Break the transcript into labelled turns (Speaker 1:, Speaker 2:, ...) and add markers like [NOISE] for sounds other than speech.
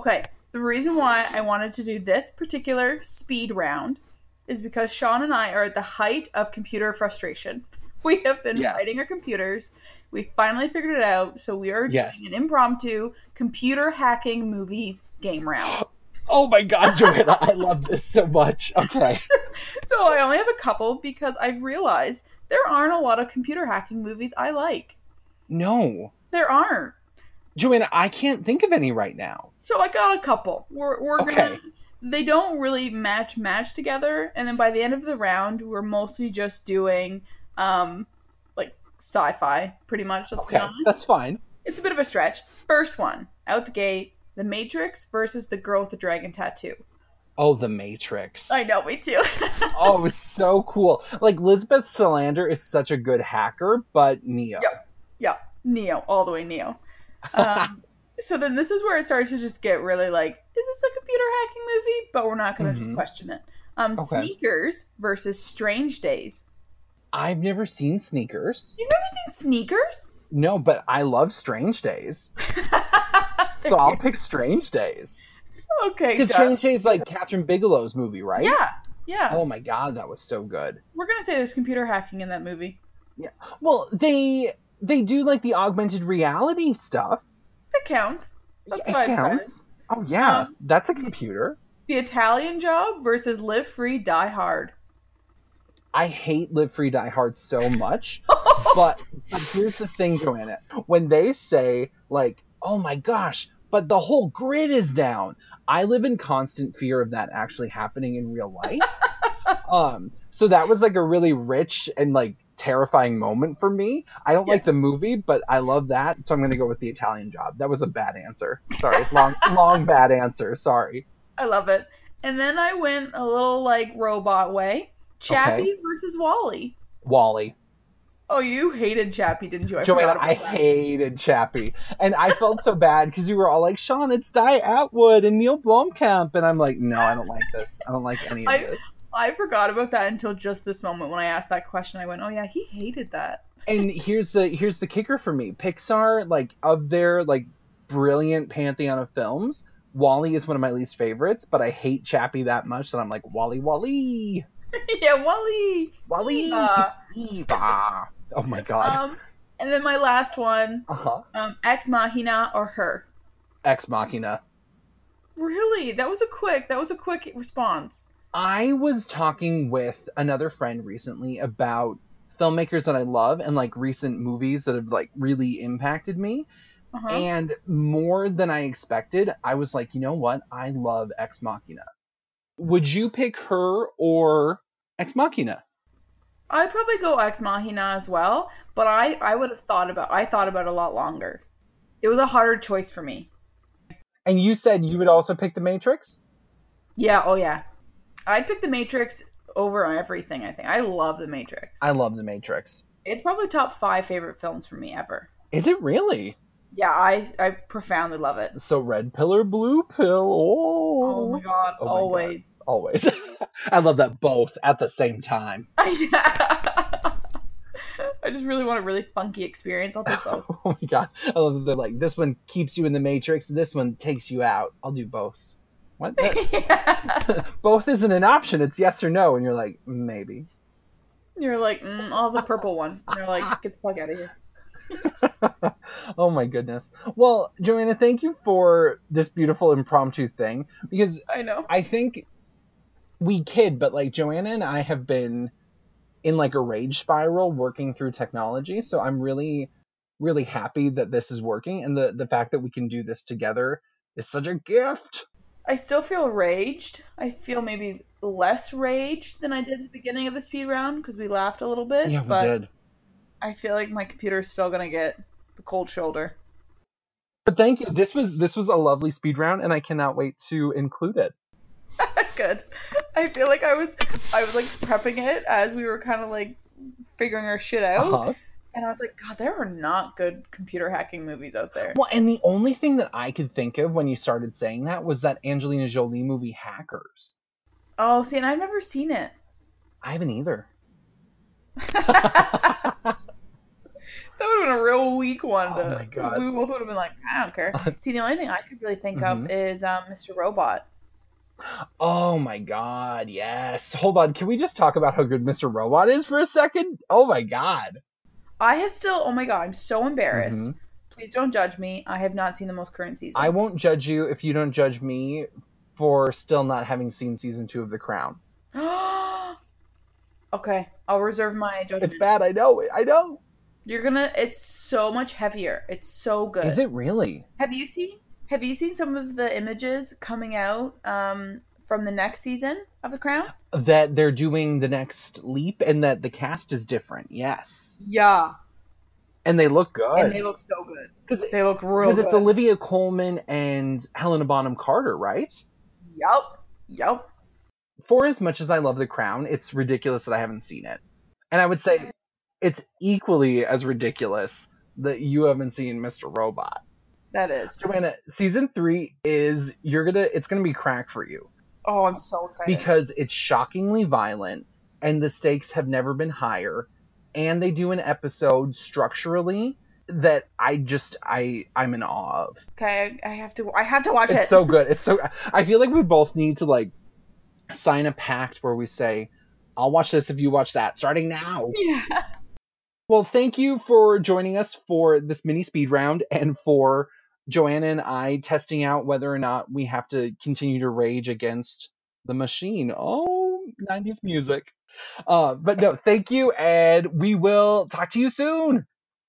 Speaker 1: Okay, the reason why I wanted to do this particular speed round is because Sean and I are at the height of computer frustration. [LAUGHS] We have been
Speaker 2: Yes.
Speaker 1: fighting our computers. We finally figured it out, so we are
Speaker 2: Yes.
Speaker 1: doing an impromptu computer hacking movies game round. [LAUGHS]
Speaker 2: Oh my god, [LAUGHS] Joanna, I love this so much. Okay.
Speaker 1: So I only have a couple because I've realized there aren't a lot of computer hacking movies I like.
Speaker 2: No.
Speaker 1: There aren't.
Speaker 2: Joanna, I can't think of any right now.
Speaker 1: So I got a couple. We're we're
Speaker 2: Okay.
Speaker 1: gonna they don't really match match together, and then by the end of the round, we're mostly just doing um like sci-fi, pretty much. Let's be
Speaker 2: Okay,
Speaker 1: honest. [LAUGHS]
Speaker 2: that's fine.
Speaker 1: It's a bit of a stretch. First one out the gate: The Matrix versus the girl with the dragon tattoo.
Speaker 2: Oh, The Matrix.
Speaker 1: I know, me too. [LAUGHS]
Speaker 2: Oh, it was so cool. Like, Lisbeth Salander is such a good hacker, but Neo.
Speaker 1: Yep. Neo, all the way Neo.
Speaker 2: [LAUGHS]
Speaker 1: Um, so then this is where it starts to just get really like, is this a computer hacking movie? But we're not going to just
Speaker 2: Mhm.
Speaker 1: question it. Um,
Speaker 2: Okay.
Speaker 1: Sneakers versus Strange Days.
Speaker 2: I've never seen Sneakers.
Speaker 1: You've never seen Sneakers?
Speaker 2: No, but I love
Speaker 1: [LAUGHS]
Speaker 2: Strange Days. So I'll pick Strange Days.
Speaker 1: okay,
Speaker 2: Because
Speaker 1: duh.
Speaker 2: Strange Days is like Catherine Bigelow's movie, right?
Speaker 1: Yeah, yeah.
Speaker 2: Oh my god, that was so good.
Speaker 1: We're going to say there's computer hacking in that movie.
Speaker 2: Well, they they do like the augmented reality stuff.
Speaker 1: That counts. That's
Speaker 2: It
Speaker 1: what I said.
Speaker 2: counts. Oh yeah,
Speaker 1: Um,
Speaker 2: that's a computer.
Speaker 1: The Italian Job versus Live Free, Die Hard.
Speaker 2: I hate Live Free Die Hard
Speaker 1: [LAUGHS]
Speaker 2: so much, but, but here's the thing, Joanna. When they say like, "Oh my gosh," but the whole grid is down, I live in constant fear of that actually happening in real
Speaker 1: [LAUGHS]
Speaker 2: life. um, so that was like a really rich and like terrifying moment for me. I don't like the movie, but I love that, so I'm gonna go with the Italian Job. That was a bad answer. Sorry, long [LAUGHS] long bad answer. Sorry.
Speaker 1: I love it. And then I went a little like robot way. Chappie versus Wally.
Speaker 2: Wally.
Speaker 1: Oh, you hated Chappie, didn't you? I
Speaker 2: Joanna,
Speaker 1: forgot about
Speaker 2: I
Speaker 1: that.
Speaker 2: hated Chappie. And I felt so bad because you were all like, Sean, it's Di Atwood and Neil Blomkamp. And I'm like, no, I don't like this. I don't like any of
Speaker 1: I-
Speaker 2: this.
Speaker 1: I forgot about that until just this moment when I asked that question. I went, "Oh yeah, he hated that." [LAUGHS]
Speaker 2: And here's the here's the kicker for me. Pixar, like of their like brilliant pantheon of films, Wally is one of my least favorites, but I hate Chappie that much that I'm like, Wally Wally.
Speaker 1: yeah, Wally.
Speaker 2: Wally
Speaker 1: Uh,
Speaker 2: Eva. Oh my god.
Speaker 1: um, and then my last one,
Speaker 2: uh-huh.
Speaker 1: um, Ex Machina or her.
Speaker 2: Ex Machina.
Speaker 1: Really, that was a quick. That was a quick response.
Speaker 2: I was talking with another friend recently about filmmakers that I love and like recent movies that have like really impacted me.
Speaker 1: Uh-huh.
Speaker 2: And more than I expected, I was like, you know what? I love Ex Machina. Would you pick her or Ex Machina?
Speaker 1: I'd probably go Ex Machina as well, but I I would have thought about. I thought about it a lot longer. It was a harder choice for me.
Speaker 2: And you said you would also pick The Matrix?
Speaker 1: Yeah. Oh yeah. I'd pick The Matrix over everything. I think I love The Matrix.
Speaker 2: I love The Matrix.
Speaker 1: it's probably top five favorite films for me ever.
Speaker 2: Is it really?
Speaker 1: Yeah, I I profoundly love it.
Speaker 2: So red pill or blue pill?
Speaker 1: Oh
Speaker 2: Oh,
Speaker 1: my god,
Speaker 2: Oh my God.
Speaker 1: always. [LAUGHS]
Speaker 2: always. [LAUGHS] I love that both at the same time.
Speaker 1: I just really want a really funky experience. I'll take both.
Speaker 2: Oh my god. I love that they're like, this one keeps you in the matrix, this one takes you out. I'll do both. What?
Speaker 1: [LAUGHS]
Speaker 2: [LAUGHS] That-
Speaker 1: Yeah.
Speaker 2: both isn't an option. It's yes or no. And you're like, maybe.
Speaker 1: You're like, mm, all the purple one. You're like, get the fuck out of here.
Speaker 2: oh my goodness. Well, Joanna, thank you for this beautiful impromptu thing because
Speaker 1: [LAUGHS] I know.
Speaker 2: I think we kid, but like Joanna and I have been in like a rage spiral working through technology. So I'm really, really happy that this is working. And the, the fact that we can do this together is such a gift.
Speaker 1: I still feel raged. I feel maybe less raged than I did at the beginning of the speed round because we laughed a little bit.
Speaker 2: Yeah, we
Speaker 1: but
Speaker 2: did.
Speaker 1: I feel like my computer's still gonna get the cold shoulder. [LAUGHS]
Speaker 2: But thank you. This was this was a lovely speed round, and I cannot wait to include it.
Speaker 1: good. I feel like I was I was like prepping it as we were kind of like figuring our shit out,
Speaker 2: Uh-huh.
Speaker 1: and I was like, God, there are not good computer hacking movies out there.
Speaker 2: Well, and the only thing that I could think of when you started saying that was that Angelina Jolie movie Hackers.
Speaker 1: Oh, see, and I've never seen it. [LAUGHS]
Speaker 2: I haven't either.
Speaker 1: the That would have been a real weak one.
Speaker 2: Oh
Speaker 1: to-
Speaker 2: my God.
Speaker 1: We both would have been like, I don't
Speaker 2: [LAUGHS]
Speaker 1: care. See, the only thing I could really think
Speaker 2: Mhm.
Speaker 1: of is um, Mr. Robot.
Speaker 2: Oh my god, yes. Hold on, can we just talk about how good Mr. Robot is for a second? Oh my god.
Speaker 1: I have still. Oh my god, I'm so embarrassed.
Speaker 2: Mhm.
Speaker 1: Please don't judge me. I have not seen the most current season. [GASPS]
Speaker 2: I won't judge you if you don't judge me for still not having seen season two of The Crown.
Speaker 1: okay, I'll reserve my judgment.
Speaker 2: It's bad, I know, I know.
Speaker 1: You're gonna. It's so much heavier. It's so good.
Speaker 2: Is it really?
Speaker 1: Have you seen? Have you seen some of the images coming out um, from the next season of The Crown?
Speaker 2: That they're doing the next leap and that the cast is different, yes.
Speaker 1: Yeah,
Speaker 2: And they look
Speaker 1: and they
Speaker 2: good.
Speaker 1: look so good.
Speaker 2: 'Cause it-
Speaker 1: They look real
Speaker 2: Because
Speaker 1: good.
Speaker 2: it's Olivia Coleman and Helena Bonham Carter, right?
Speaker 1: Yup. Yup.
Speaker 2: for as much as I love The Crown, it's ridiculous that I haven't seen it. And I would say it's equally as ridiculous that you haven't seen Mr. Robot.
Speaker 1: That is.
Speaker 2: Joanna, season three is you're gonna it's gonna be crack for you
Speaker 1: Oh, I'm so excited.
Speaker 2: because it's shockingly violent and the stakes have never been higher and they do an episode structurally that I just I I'm in awe of.
Speaker 1: okay, I I have to. I have to watch
Speaker 2: It's
Speaker 1: it.
Speaker 2: so good. It's so. I feel like we both need to like sign a pact where we say, "I'll watch this if you watch that," starting now.
Speaker 1: [LAUGHS] yeah.
Speaker 2: Well, thank you for joining us for this mini speed round and for Joanna and I testing out whether or not we have to continue to rage against the machine. Oh, 90s music. Uh, but no, thank you, and we will talk to you soon.